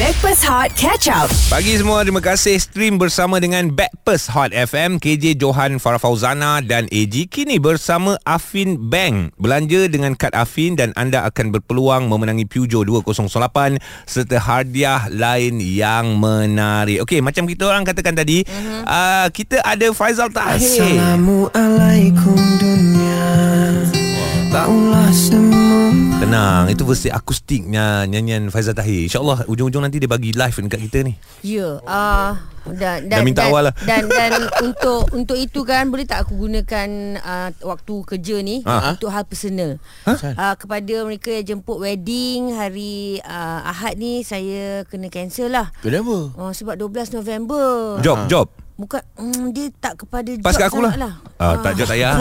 Backpass Hot Catch Up. Pagi semua, terima kasih stream bersama dengan Backpers Hot FM, KJ Johan Farah Fauzana dan AG. Kini bersama Afin Bank. Belanja dengan kad Afin dan anda akan berpeluang memenangi Peugeot 208 serta hadiah lain yang menarik. Okey, macam kita orang katakan tadi, mm-hmm. uh, kita ada Faizal Tahir. Assalamualaikum dunia Taulah semua Tenang, itu versi akustiknya nyanyian Faizal Tahir. InsyaAllah ujung-ujung nanti dia bagi live dekat kita ni. Ya, ah dan, Dah minta dan, awal lah. Dan dan untuk untuk itu kan boleh tak aku gunakan uh, waktu kerja ni Ha? untuk hal personal. Uh, kepada mereka yang jemput wedding hari uh, Ahad ni saya kena cancel lah. Kenapa? Oh, sebab 12 November. Job, job. Bukan mm, dia tak kepada Pas kat Oh. job akulah. sangat lah. Ah, tak job tak payah.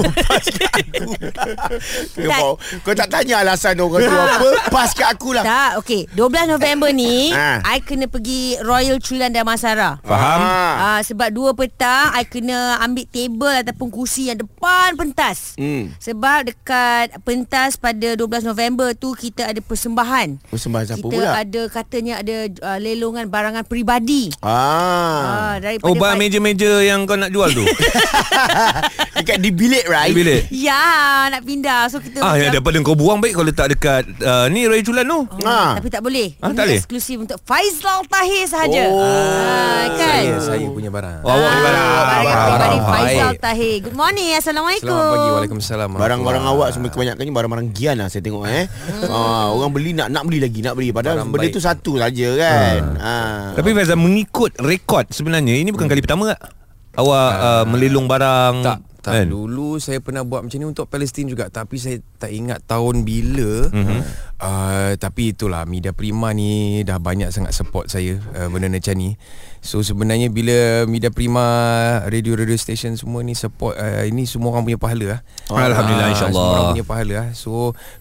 Kau, kau tak tanya alasan orang tu apa Pas kat aku lah Tak, okey. 12 November ni Ha. I kena pergi Royal Chulan Damansara. Faham? Ah. Ah, sebab dua petang I kena ambil table ataupun kursi yang depan pentas. Hmm. Sebab dekat pentas pada 12 November tu kita ada persembahan. Persembahan siapa kita pula? ada katanya ada uh, lelongan barangan peribadi. Ah. Ah, daripada Oh, barang Pak- meja-meja yang kau nak jual tu. Ah. Dekat di bilik right? Di bilik. Ya, nak pindah. So kita Ah, macam- ya, daripada kau buang baik kau letak dekat uh, ni Raya Julan tu. Oh, Ah. Tapi tak boleh. Ah, Ini tak boleh? eksklusif untuk Faizal Tahir sahaja. Oh. Ah, kan? Ah, Saya, saya punya barang. Oh, awak punya barang. Barang Barang. peribadi Barang. Faizal Baik. Tahir. Good morning. Assalamualaikum. Selamat pagi. Waalaikumsalam. Barang-barang Waalaikumsalam. awak semua kebanyakannya barang-barang gian lah saya tengok eh. Hmm. Ah, orang beli nak nak beli lagi, nak beli padahal Barang benda baik. tu satu saja kan. Ah. Tapi Faizal mengikut rekod sebenarnya ini bukan kali pertama tak? awak uh, melilung barang Ah, Tak, tak kan? dulu saya pernah buat macam ni untuk Palestin juga tapi saya tak ingat tahun bila. Mm-hmm. Mhm. Uh, tapi itulah Media Prima ni dah banyak sangat support saya uh, benda macam ni. So sebenarnya bila Media Prima radio-radio station semua ni support uh, ini semua orang punya pahala lah. Oh, Alhamdulillah, Ah, insyaAllah. Mhm, Semua orang punya pahala lah. So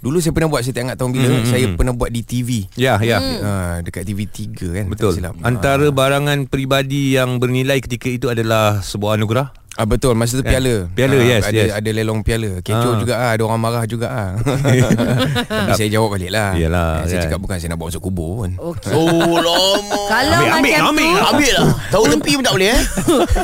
dulu saya pernah buat saya tak ingat tahun bila. Mm-hmm. Saya pernah buat di TV. Ya, ya. Uh, dekat TV3 kan. tak Betul. silap. Ah. Antara barangan peribadi yang bernilai ketika itu adalah sebuah anugerah. Ah betul masa tu Kan? piala. Piala, Ah, yes, ada, yes. Ada lelong piala. Ah. Kecoh juga ah, ada orang marah juga ah. Tapi saya jawab balik lah. Yalah, Eh, Saya kan. cakap bukan saya nak bawa masuk kubur pun. Okey. Oh lama. Kalau Ambil, macam ambil, tu ambil. Ambil lah. Tahu tepi pun tak boleh eh.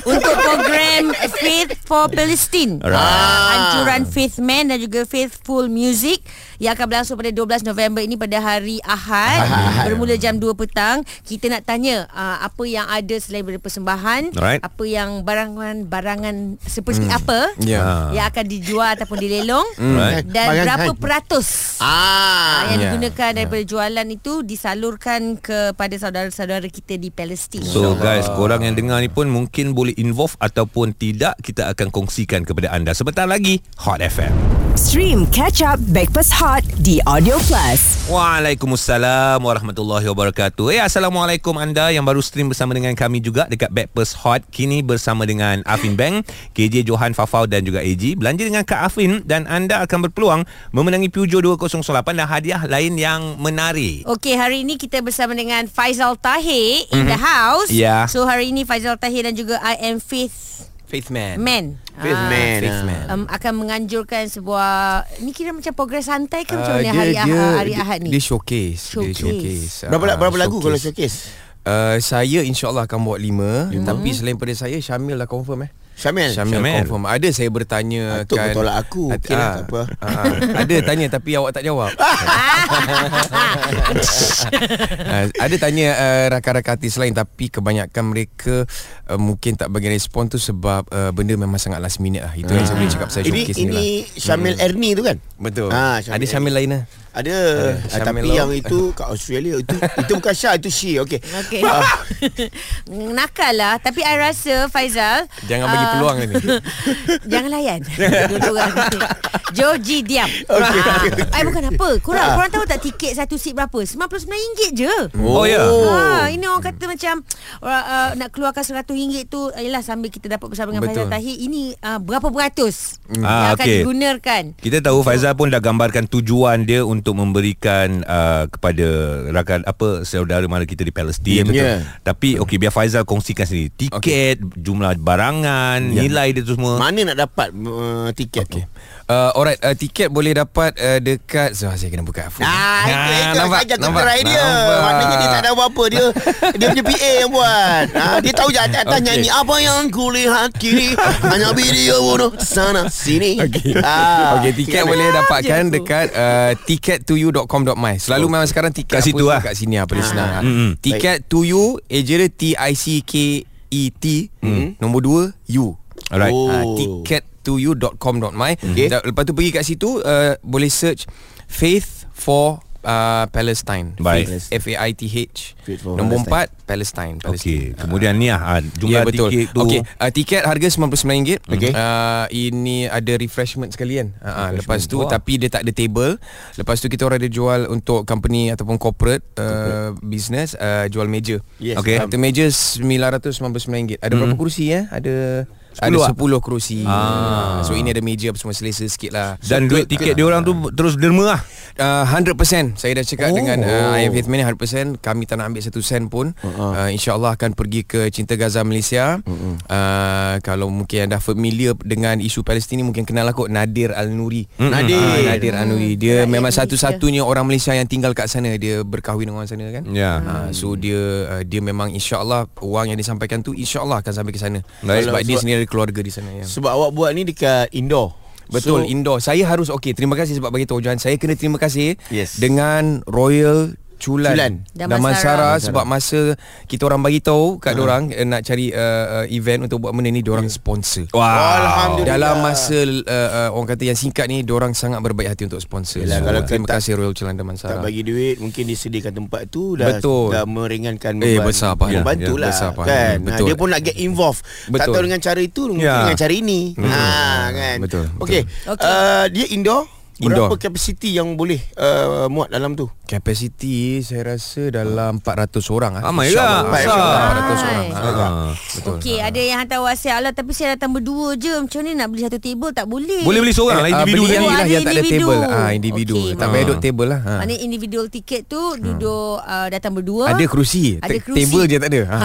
Untuk program Faith for Palestine Alright. Ah, Anjuran Faith Man dan juga Faithful Music Yang akan berlangsung pada 12 November ini pada hari Ahad, Bermula jam 2 petang Kita nak tanya ah, Apa yang ada selain daripada persembahan Alright. Apa yang barangan-barangan Seperti apa Ya. Ah. Yang akan dijual ataupun dilelong Alright. Dan Barangan. berapa peratus ah, Ah. Yang Ya. digunakan daripada jualan itu Disalurkan kepada saudara-saudara kita di Palestin So guys, korang yang dengar ni pun mungkin boleh involve ataupun tidak kita akan kongsikan kepada anda sebentar lagi Hot FM. Stream Catch Up Backpass Hot di Audio Plus. Waalaikumsalam warahmatullahi wabarakatuh. Eh assalamualaikum anda yang baru stream bersama dengan kami juga dekat Backpers Hot kini bersama dengan Afin Bank, KJ Johan Fafau dan juga AG. Belanja dengan Kak Afin dan anda akan berpeluang memenangi Peugeot 208 dan hadiah lain yang menarik. Okey, hari ini kita bersama dengan Faizal Tahir in Mhm. the house. Ya. So hari ini Faizal Tahir dan juga I am Faith Faith man. Man. Faith Ah, man. Faith man. Um, akan menganjurkan sebuah ni kira macam progres santai ke macam Ah, mana hari Ahad hari Ahad ni? Dia showcase, dia Showcase. showcase. Berapa Ah, berapa lagu kalau showcase? Uh, saya insyaAllah akan buat lima Tapi selain pada saya Syamil dah confirm eh Syamil. Syamil, Syamil. confirm Ada saya bertanya Atuk kan Ah, bertolak aku. Okey lah, tak apa. ah, Ada tanya tapi awak tak jawab Ah, Ada tanya uh, rakan-rakan artis lain Tapi kebanyakan mereka uh, Mungkin tak bagi respon tu Sebab uh, benda memang sangat last minute lah Itu yang saya boleh cakap Saya Ini showcase ni ini lah Syamil Erni tu kan? Betul Ah, Syamil Ada Syamil lain lah Ada Ada. ah, Syamil Tapi Law. yang itu Kat Australia Itu itu bukan Syah Itu she Okay Okey. Nakal lah Tapi I rasa Faizal Jangan bagi ah, peluang ni. Jangan layan Dua-dua orang. Joji diam Okey. Ah, I bukan apa Korang, korang tahu tak Tiket satu seat berapa RM99 je Oh, ya. Ha, ini orang kata macam orang, uh, nak keluarkan RM100 tu ialah sambil kita dapat bersama dengan Betul. Faizal Tahir ini uh, berapa beratus hmm. yang Ah, akan okey. digunakan. Kita tahu Faizal pun dah gambarkan tujuan dia untuk memberikan uh, kepada rakan apa saudara mara kita di Palestin. Ya, betul. Ya. Tapi okey biar Faizal kongsikan sendiri. Ya. Tiket, jumlah barangan, nilai dia tu semua. Mana nak dapat uh, tiket okay. tu Uh, alright, uh, tiket boleh dapat uh, dekat so, saya kena buka phone. Ah, itu Ah, itu nampak, saja nampak, terai dia. nampak. Maknanya dia tak ada apa-apa dia. Dia punya PA yang buat. Ah, dia tahu je atas okay. Okey. nyanyi apa yang kulihat kiri. Hanya video bunuh sana sini. Okey. Ah, Okey, tiket Okey. boleh dapatkan dekat uh, ticket2you.com.my. Selalu memang sekarang tiket Kat apa situ lah. semua kat sini apa ah. senang. Hmm, Mm-mm. Tiket to you, eja dia T I C K E T nombor 2 you. Alright. Oh. Uh, Hmm. Oh. ticket to you.com.my. Okay. Lepas tu pergi kat situ uh, boleh search Faith for Uh, Palestine Baik. Faith, F-A-I-T-H Faith for Nombor Palestine. 4 Palestine, Palestine. Okey, kemudian ni ah ah, Ya jumlah yeah, betul. tiket tu. Okey, uh, tiket harga RM99. Okey. Uh, ini ada refreshment sekali kan. Uh, uh, lepas tu Wah. tapi dia tak ada table. Lepas tu kita orang ada jual untuk company ataupun corporate, uh, business uh, jual meja. Yes, Okey. Satu meja RM999. Ada berapa kerusi ya? Ada 10 ada Hmm. ah? 10 kerusi. Ah. So ini ada meja apa semua selesa sikit lah. Dan duit tiket dia orang tu terus derma lah. Uh, 100% Saya dah Oh. cakap oh. dengan uh, IMF Hitman ni 100% Kami tak nak ambil satu sen pun uh-huh. uh, InsyaAllah akan pergi ke Cinta Gaza Malaysia uh-huh. uh, Kalau mungkin anda familiar dengan isu Palestin ni Mungkin kenal lah kot Nadir Al-Nuri Mm-mm. Nadir. Ah, Nadir Al-Nuri Dia Rakyat memang Malaysia. satu-satunya orang Malaysia yang tinggal kat sana Dia berkahwin dengan orang sana kan Ya. Ah, so dia uh, dia memang insyaallah wang yang disampaikan tu insyaallah akan sampai ke sana Baik. sebab dia Sebab- sendiri ada keluarga di sana ya. Sebab awak buat ni dekat indoor. So, Betul indoor. Saya harus okey. Terima kasih sebab bagi tahu Johan. Saya kena terima kasih Yes. dengan Royal Chulan, Chulan. Damansara. Damansara sebab masa kita orang bagi tahu Ha. kat dorang eh, nak cari uh, uh, event untuk buat benda ni dorang sponsor. Wow. Alhamdulillah. Dalam masa uh, uh, orang kata yang singkat ni dorang sangat berbaik hati untuk sponsor. Yelah, kalau terima tak- kasih Royal tak Chulan Damansara. bagi duit mungkin disediakan tempat tu dah Betul. dah meringankan Eh, besar pahala. membantu Ya, lah besar pahala. kan Ha, Betul. dia pun nak get involved tak Betul. Hmm. tahu dengan cara itu mungkin Ya. dengan cara ini ha kan Betul, betul. okey Okey. uh, dia indoor Indoor. Berapa kapasiti yang boleh uh, muat dalam tu? Kapasiti saya rasa dalam 400 orang ah. Ramai InsyaAllah. lah. InsyaAllah Besar. 400 orang. Ah, ah. Ah. Betul. Okey, ada yang hantar WhatsApp lah tapi saya datang berdua je. Macam mana nak beli satu table tak boleh. Boleh beli seorang lah Ah, individu beli yang tadi. ni lah ada yang tak ada individu. table. Ah individu. Okey, tak mak- payah duduk table lah. Ah. Maknanya individual tiket tu duduk uh, datang berdua. Ada kerusi Ada Ta- kerusi. Table je tak ada ha.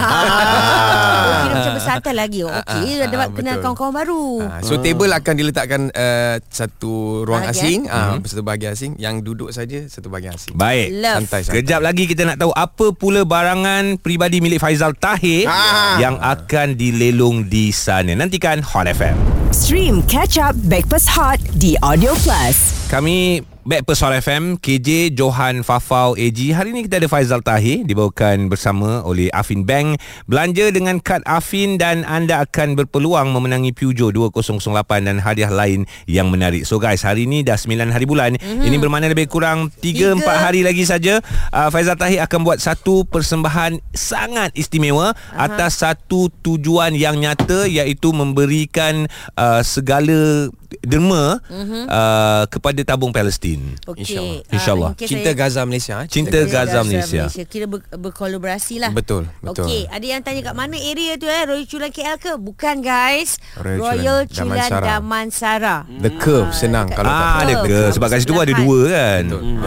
Ah. Kira Ah. macam bersatan lagi. Okey, Ah, ah, dapat ah, kenal betul. kawan-kawan baru. Ah, So table akan diletakkan uh, Satu ruang Bahagian. asing ah, Satu bahagian asing Yang duduk saja Satu bahagian asing Baik. Love. Santai santai Kejap lagi kita nak tahu apa pula barangan peribadi milik Faizal Tahir Ah. yang akan dilelong di sana. Nantikan Hot FM. Stream Catch Up Backpass Hot di Audio Plus. Kami Back Pesol FM KJ Johan Fafau AG Hari ini kita ada Faizal Tahir Dibawakan bersama oleh Afin Bank Belanja dengan kad Afin Dan anda akan berpeluang Memenangi Peugeot 2008 Dan hadiah lain yang menarik So guys hari ini dah 9 hari bulan mm-hmm. Ini bermakna lebih kurang 3-4 Mhm. Tiga. hari lagi saja uh, Faizal Tahir akan buat satu persembahan Sangat istimewa Atas satu tujuan yang nyata Iaitu memberikan uh, segala derma Mhm. uh-huh. uh, kepada tabung Palestin. InsyaAllah. Okey. Ah, InsyaAllah. mungkin Cinta saya- Gaza Malaysia eh. Cinta Gaza Malaysia. Kira ber, berkolaborasi lah Betul, betul. Okey ada yang tanya kat mana area tu eh Royal Chulan KL ke? Bukan guys Royal Royal Chulan, Chulan Damansara. Damansara The curve senang kalau Ah, tak ada Betul. ke? Sebab kat situ pun ada dua kan.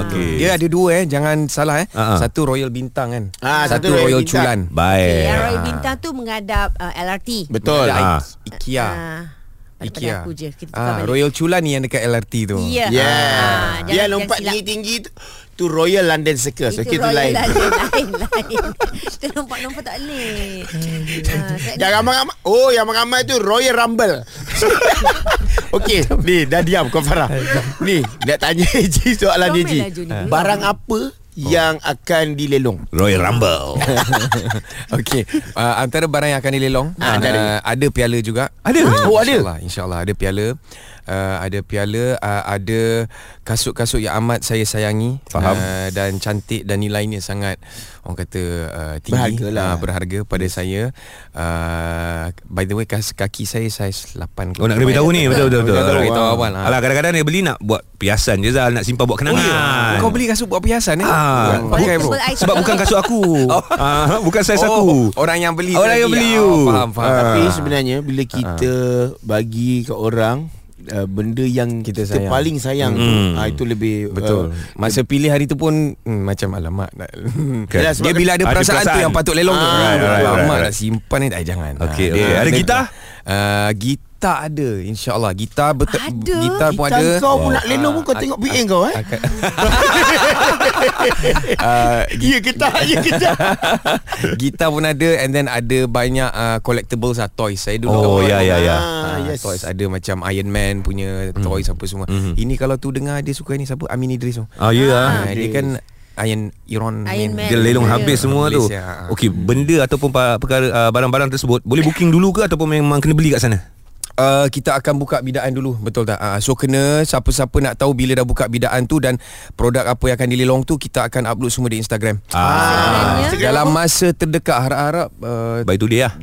Okey. Dia ada dua eh Jangan salah eh Ah, ah. Satu Royal Bintang kan Ah, satu Satu Royal Royal Bintang. Chulan Okay, Eh. Baik. yang Royal Bintang tu menghadap uh, LRT Betul. Ada Ah. pada, I- IKEA pada aku je Kita tukar ah, balik Royal Chulan ni yang dekat LRT tu Ya Yeah. Ah, Dia jangan- lompat jangan silap. tinggi-tinggi tu, tu Royal London Circus. Okey Itu tu Royal lain. lah dia, lain lain Kita lompat-lompat tak boleh Ah, kat Jangan ramai-ramai. Oh, yang ramai tu Royal Rumble. Okey, ni dah diam kau Farah. Ni nak tanya Eji soalan Komen Eji. lah, Junior. Barang apa yang akan dilelong? Royal Rumble. Okey, uh, antara barang yang akan dilelong Ah, antara. uh, ada piala juga. Ada? Uh, Oh, ada. Insyaallah, insyaallah ada piala. Uh, ada piala, uh, ada kasut-kasut yang amat saya sayangi Faham. Uh, dan cantik dan nilainya sangat orang kata uh, tinggi Berhargalah. lah. Ah, berharga pada saya. Uh, by the way kas, kaki saya saiz 8. Oh nak kena beritahu ya. ni Betul betul betul Nak Alah, beritahu awal. ah. Alah kadang-kadang dia beli nak buat Piasan je Zal Nak simpan buat kenangan Oh, ya. Kau beli kasut buat perhiasan ni? Ah. Pakai bro. Multiple item. Sebab bukan kasut aku Ah, Bukan saiz Oh, aku orang yang beli Orang tadi. yang beli Ah, you Faham faham Ah. Tapi sebenarnya bila kita bagi ke orang uh, benda yang kita, Kita kita sayang. paling sayang tu, ah, itu lebih Betul. uh, Masa pilih hari tu pun hmm, macam alamak. nak- Kan? Yelah, dia sebab bila ada ada perasaan, Ah, perasaan. tu yang patut lelong tu. Ah, Right, right, right, alamak right. nak simpan ni tak jangan. Ah, Okey, dia- okey. Ada dia- gitar? Ah, gitar gitar ada insyaallah. Gitar betul Ada? gitar pun Gitar ada. Ah, kau pun nak leno pun kau tengok BN kau eh. Ya ke tak? Ya ke tak? gitar pun ada and then ada banyak uh, collectibles lah toys. Saya dulu Oh, ya, ya, Hmm. ya. Ah, Ah, yes. Toys ada macam Iron Man punya toys apa semua. Ini kalau tu dengar dia suka ni siapa? Amin Idris tu. Ah, ya ah. Ah, dia kan Iron Iron, Iron Man. Dia lelong Ya. habis semua tu. Habis, ya. Okey, benda ataupun pa- perkara uh, barang-barang tersebut boleh booking dulu ke ataupun memang kena beli kat sana? Uh, kita akan buka bidaan dulu Betul tak? Uh, so kena siapa-siapa nak tahu Bila dah buka bidaan tu Dan produk apa yang akan dilelong tu Kita akan upload semua di Instagram Ah, Sebenarnya- Instagram Dalam apa? masa terdekat Harap-harap uh, By today lah.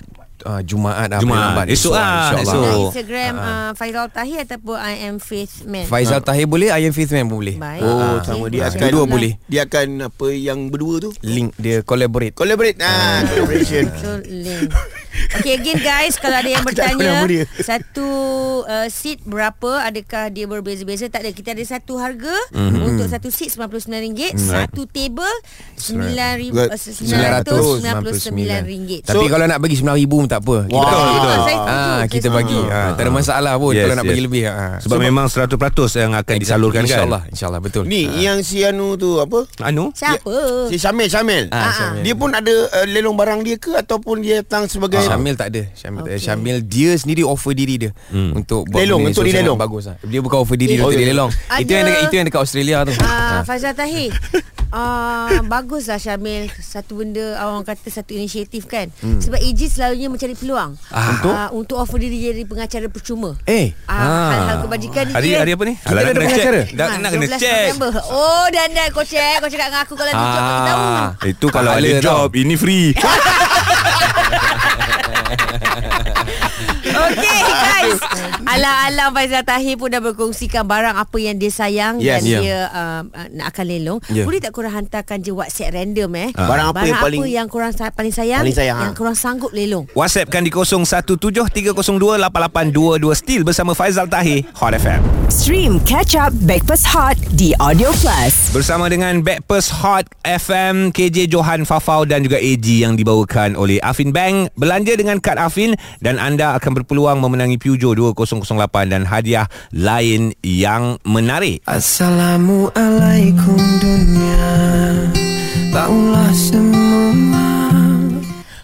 uh, Jumaat lah Jumaat. paling lambat. Esok lah, InsyaAllah esok. Dan Ah. Oh. Instagram uh, Faizal Tahir ataupun I am Faith Man. Faizal Ah. Tahir boleh Iron Faith Man pun boleh Baik. Oh, Okey. lah. sama dia Ah, akan dua-dua boleh. Dia akan apa yang berdua tu? Link dia collaborate Collaborate. Ah, collaboration. So link Okay again guys Kalau ada yang Aku tak tahu bertanya nama dia. Satu uh, seat berapa Adakah dia berbeza-beza Tak ada Kita ada satu harga Mhm. mm-hmm. Untuk satu seat Right. RM99 mm, Satu table Uh, Right. RM999 Tapi So- kalau nak bagi RM9,000 pun tak apa Kita Betul, bagi. betul. Ah, Saya setuju, Ah, saya Kita setuju. bagi ah, Tak ada masalah pun Yes, Kalau nak yes. bagi lebih ah. Sebab, memang 100% yang akan Exactly, disalurkan kan. InsyaAllah InsyaAllah betul Ni yang si Anu tu apa? Anu? Siapa? Si Syamil Syamil. Ah, Ah, Syamil. Dia pun ada uh, lelong barang dia ke ataupun dia datang sebagai Ah. Syamil tak ada Syamil, okay. Okey. Syamil dia sendiri offer diri dia hmm. Untuk buat Lelong, benda ni. untuk sangat dilelong. Bagus lah Dia bukan offer diri dia Oh, Untuk ya. dilelong Itu yang Ada- dekat, itu yang dekat Australia tu Ah, ah. Faizal Tahir ah, Baguslah Syamil Satu benda Orang kata satu inisiatif kan hmm. Sebab AJ selalunya mencari peluang Ah. Untuk? Ah, untuk offer diri jadi pengacara percuma Eh Ah, Ah. hal-hal kebajikan ni Hari kan? hari apa ni? Kita dah ada pengacara. Dah nak kena 12 check. Ah, November. Oh Dandan kau check Kau cakap dengan aku Kalau ada job aku tahu Ah. Itu kalau Pahala ada tau. job, ini free. Okay guys Alam-alam Faizal Tahir pun dah berkongsikan Barang apa yang dia sayang Yes. Ya. Dan Yeah. dia uh, uh, nak akan lelong Yeah. Boleh tak korang hantarkan je WhatsApp random eh Ah. Barang apa yang paling- yang korang sa- paling sayang Paling sayang, Yang ah. korang sanggup lelong kan WhatsAppkan di 0173028822 still bersama Faizal Tahir Hot FM. Stream Catch Up Backpass Hot di Audio Plus. Bersama dengan Backpers Hot FM KJ Johan Fafau dan juga AG yang dibawakan oleh Afin Bank Belanja dengan kad Afin Dan anda akan berpeluang memenangi Peugeot 2008 Dan hadiah lain yang menarik Assalamualaikum dunia Taulah semua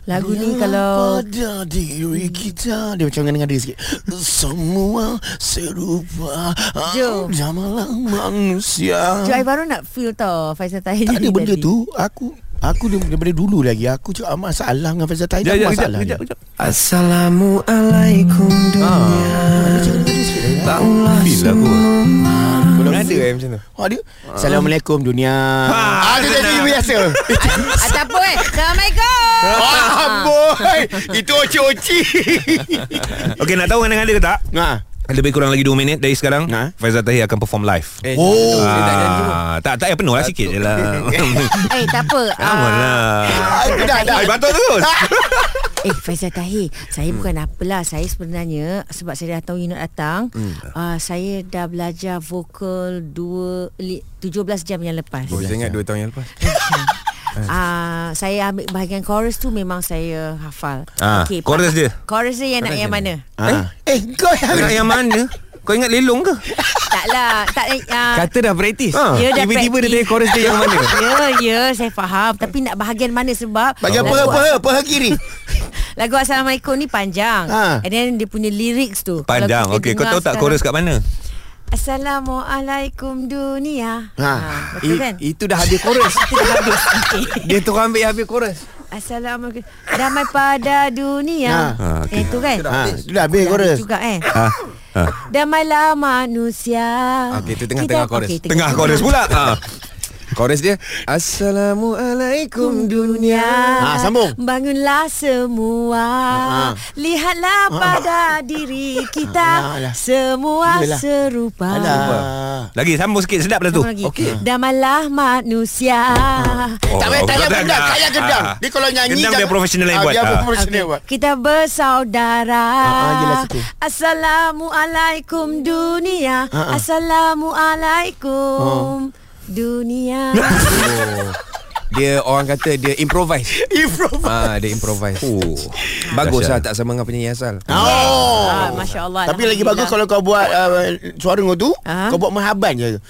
Lagu ni kalau pada diri kita dia macam dengan dia sikit semua serupa Jom. jamalah manusia Jom I baru nak feel tau Faizal Tahir tak ada nyanyi benda tadi. tu aku aku dari- daripada dulu lagi aku cakap masalah dengan Faizal Tahir tak masalah dia. Ah. Assalamualaikum dunia Dia cakap dengan dia sikit lagi. Taulah lah semua Kalau Ada eh macam tu Ha, dia Assalamualaikum dunia Ha, Ah dia jadi biasa Ataupun eh Assalamualaikum Ah boy Itu oci-oci Okey nak tahu kadang-kadang ada ke tak? Nah Lebih kurang lagi 2 minit dari sekarang Ha? Faizal Tahir akan perform live Eh, oh, dia tak janji pun. Ah, tak, tak payah penuh lah sikit je lah Eh tak apa Ah. Come on lah Aku dah dah Ay, batuk terus Eh Faizal Tahir Saya bukan apalah Saya sebenarnya Sebab saya dah tahu you nak datang hmm. uh, Saya dah belajar vokal dua, li, 17 jam yang lepas ya. Oh, saya ingat 2 tahun yang lepas uh, Saya ambil bahagian chorus tu Memang saya hafal Ah, chorus dia? Chorus dia yang nak yang mana? Ah. Eh kau yang Kau ingat yang mana? Kau ingat lelong ke? Taklah tak, uh, Kata dah praktis Ah. Ya, dah Tiba-tiba dia praktis. tanya chorus dia yang mana Ya, ya, saya faham. Tapi nak bahagian mana sebab Bagi apa lagu- apa apa kiri. Lagu Assalamualaikum ni panjang. Ha. And then dia punya lyrics tu. Kalau Panjang kita Okey kau dengar tahu tak sekarang- chorus kat mana? Assalamualaikum dunia. Ha. betul I- kan? Itu dah habis chorus Dia tu ambil habis chorus Assalamualaikum damai pada dunia. Ha. Ha. Ha, okey. Eh, itu kan? Ha, dah habis Dah chorus. juga eh. Ah, ah. Damailah manusia. Okey, itu tengah-tengah Kita- chorus. okey, Tengah chorus pula ah. Chorus dia Assalamualaikum dunia Ha, sambung. Bangunlah semua Ha. Lihatlah pada diri kita Alah. Semua Yelah. serupa Alah. Lagi sambung sikit sedap dah tu. Sambung lagi. Damalah manusia Oh, Tak payah tak payah kau kendang, tak payah kendang. Ah, ah. Dia kalau nyanyi Kendang dia jangan- profesional yang Ah, buat. Dia Ah. profesional buat. Kita bersaudara Ah, ah, yelah situ. Assalamualaikum dunia Ah, Oh. ah. Assalamualaikum dunia Oh. Dia orang kata Dia improvise Ifrom. Ah, Dia improvise Oh. Bagus Dahsyat. lah Tak sama dengan penyanyi asal Oh. Ah, Masya Allah Tapi lagi bagus kalau kau buat uh, suara kau tu, Ah. kau buat mahaban je.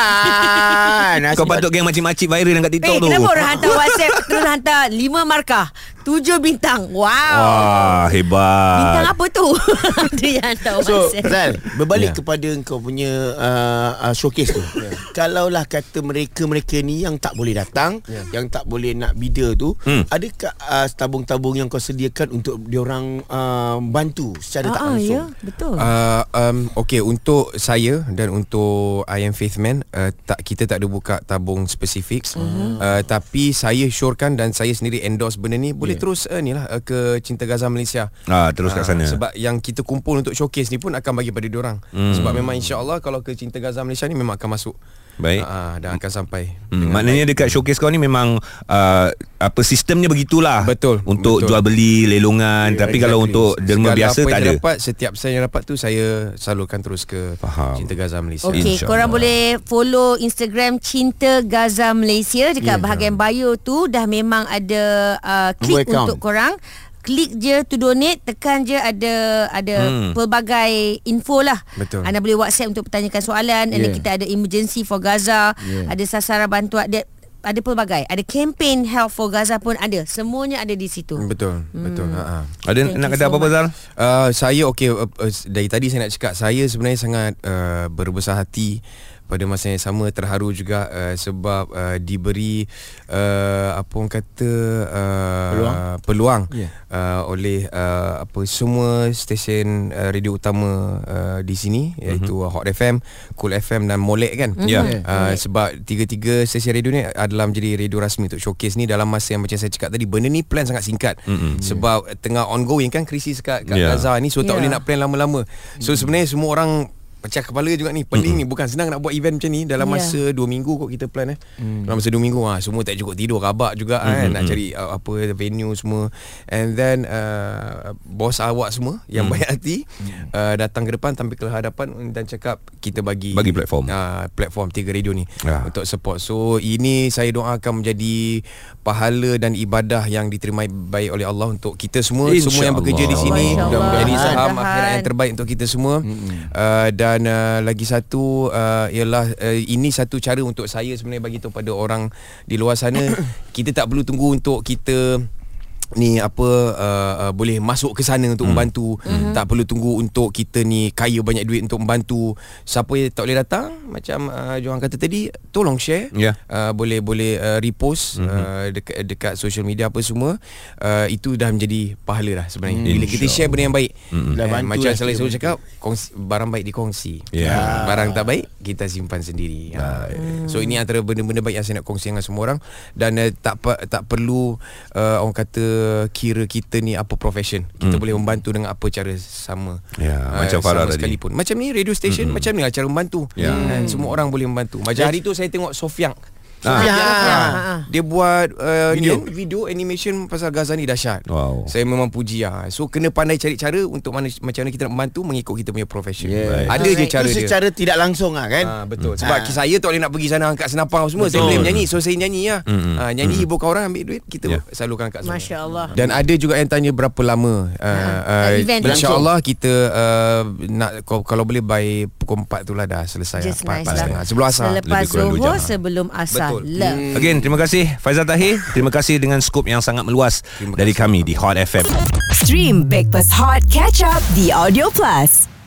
Mahaban. Kau patut geng macam-macik viral dekat Eh TikTok tu. kenapa orang hantar WhatsApp Terus hantar 5 markah 7 bintang Wow Wah, Ah, hebat. Bintang apa tu Ada yang hantar So WhatsApp Zal Berbalik yeah. Ya. kepada Kau punya uh, uh, Showcase tu Ya. yeah. Kalaulah kata Mereka-mereka ni Yang tak boleh datang Ya. yeah. Yang tak boleh nak bida tu Hmm. Adakah uh, Tabung-tabung yang kau sediakan Untuk diorang uh, Bantu Secara tak Ah, ah, langsung ya, betul. Uh, um, okay untuk saya dan untuk I am Faithman uh, tak kita tak ada buka tabung spesifik uh-huh. uh, tapi saya syorkan dan saya sendiri endorse benda ni boleh yeah. terus uh, ni lah uh, ke Cinta Gaza Malaysia Ah, terus kat Ah, sana. sebab yang kita kumpul untuk showcase ni pun akan bagi pada diorang Hmm. sebab memang insyaallah kalau ke Cinta Gaza Malaysia ni memang akan masuk Baik. uh, dan akan sampai Hmm, maknanya dekat showcase kau ni memang uh, apa sistemnya begitulah. Betul, Untuk betul. Ya, jual beli, lelongan. Yeah, Tapi exactly. kalau untuk derma Segala biasa apa tak yang ada. dapat, Setiap saya yang dapat tu Saya salurkan terus ke Faham. Cinta Gaza Malaysia Okey, Insya korang Allah. boleh follow Instagram Cinta Gaza Malaysia dekat yeah. bahagian bio tu dah memang ada uh, Google klik account. untuk korang. Klik je to donate, tekan je ada ada hmm. pelbagai info lah. Betul. Anda boleh WhatsApp untuk pertanyakan soalan. Yeah. And then Yeah. kita ada emergency for Gaza, yeah. ada sasaran bantuan ada, ada pelbagai. Ada campaign help for Gaza pun ada. Semuanya ada di situ. Betul Betul ha, ha. Ada Thank nak you kata so apa-apa much. Zal? Uh, saya okey uh, uh, dari tadi saya nak cakap saya sebenarnya sangat uh, berbesar hati pada masa yang sama terharu juga uh, sebab uh, diberi uh, apa orang kata uh, Peluang. peluang Ya. yeah. uh, oleh uh, apa semua stesen uh, radio utama uh, di sini Mhm. iaitu mm-hmm. Hot FM, Cool FM dan Molek kan. Ya. Uh, sebab tiga-tiga stesen radio ni adalah menjadi radio rasmi untuk showcase ni dalam masa yang macam saya cakap tadi benda ni plan sangat singkat Mhm. mm-hmm. sebab tengah ongoing kan krisis kat, Ya. kat Hmm. yeah. Gaza ni so tak Ya. yeah. boleh nak plan lama-lama so sebenarnya semua orang pecah kepala juga ni pening ni bukan senang nak buat event macam ni dalam Ya. masa 2 minggu kot kita plan eh Hmm. dalam masa 2 minggu ah semua tak cukup tidur rabak juga kan nak cari uh, apa venue semua and then uh, bos awak semua yang Mm. baik hati uh, datang ke depan tampil ke hadapan dan cakap kita bagi Bagi platform. uh, platform tiga radio ni Ya. untuk support. So ini saya doakan menjadi pahala dan ibadah yang diterima baik oleh Allah untuk kita semua, Insya semua yang bekerja di Allah. sini Masya Allah. jadi saham Mudah-mudahan. akhirat yang terbaik untuk kita semua. Uh, dan uh, lagi satu uh, ialah uh, ini satu cara untuk saya sebenarnya bagi tahu pada orang di luar sana kita tak perlu tunggu untuk kita ni apa uh, uh, boleh masuk ke sana untuk membantu mm-hmm. tak perlu tunggu untuk kita ni kaya banyak duit untuk membantu siapa yang tak boleh datang macam uh, Johan kata tadi tolong share Ya. uh, boleh boleh uh, repost mm-hmm. uh, dekat dekat social media apa semua uh, itu dah menjadi pahala dah sebenarnya bila kita share benda yang baik mm-hmm. Dah bantu macam lah selalu kita saya cakap kongsi, barang baik dikongsi Ha, Ya. barang tak baik kita simpan sendiri ha. so ini antara benda-benda baik yang saya nak kongsi dengan semua orang dan uh, tak pa, tak perlu uh, orang kata kira kita ni apa profession kita boleh membantu dengan apa cara sama Hmm. Eh, Ya, macam Farah sama tadi. sekalipun macam ni radio station mm-hmm. macam ni lah cara membantu Ya. Dan semua orang boleh membantu macam hari tu saya tengok Sofiang Ah. Ya. dia buat uh, Video. video. Ni, video animation pasal Gaza ni dahsyat. Wow. Saya memang puji lah. So kena pandai cari cara untuk mana macam mana kita nak membantu mengikut kita punya profession. Yeah. Yeah. Ada je Alright. cara Itu dia. secara tidak langsung lah kan Ha, betul. Sebab Ah. ha. saya tak boleh nak pergi sana angkat senapang semua. Betul. Saya Betul. boleh menyanyi. So saya nyanyi lah. Mm-mm. Ha, nyanyi mm hiburkan orang ambil duit. Kita Ya. yeah. salurkan kat sana. Masya Allah. Ha, Dan ada juga yang tanya berapa lama uh, uh, event tu. InsyaAllah kita uh, nak kalau kalau boleh by pukul 4 tu lah dah selesai Just lah, nice 4, lah. setengah. Sebelum asar Selepas Lebih kurang dua Zuhur jam. sebelum asar. Betul. Lah. Again, terima kasih Faizal Tahir. Terima kasih dengan skop yang sangat meluas Terima dari kasih. kami di Hot FM. Stream Breakfast Hot Catch Up The Audio Plus.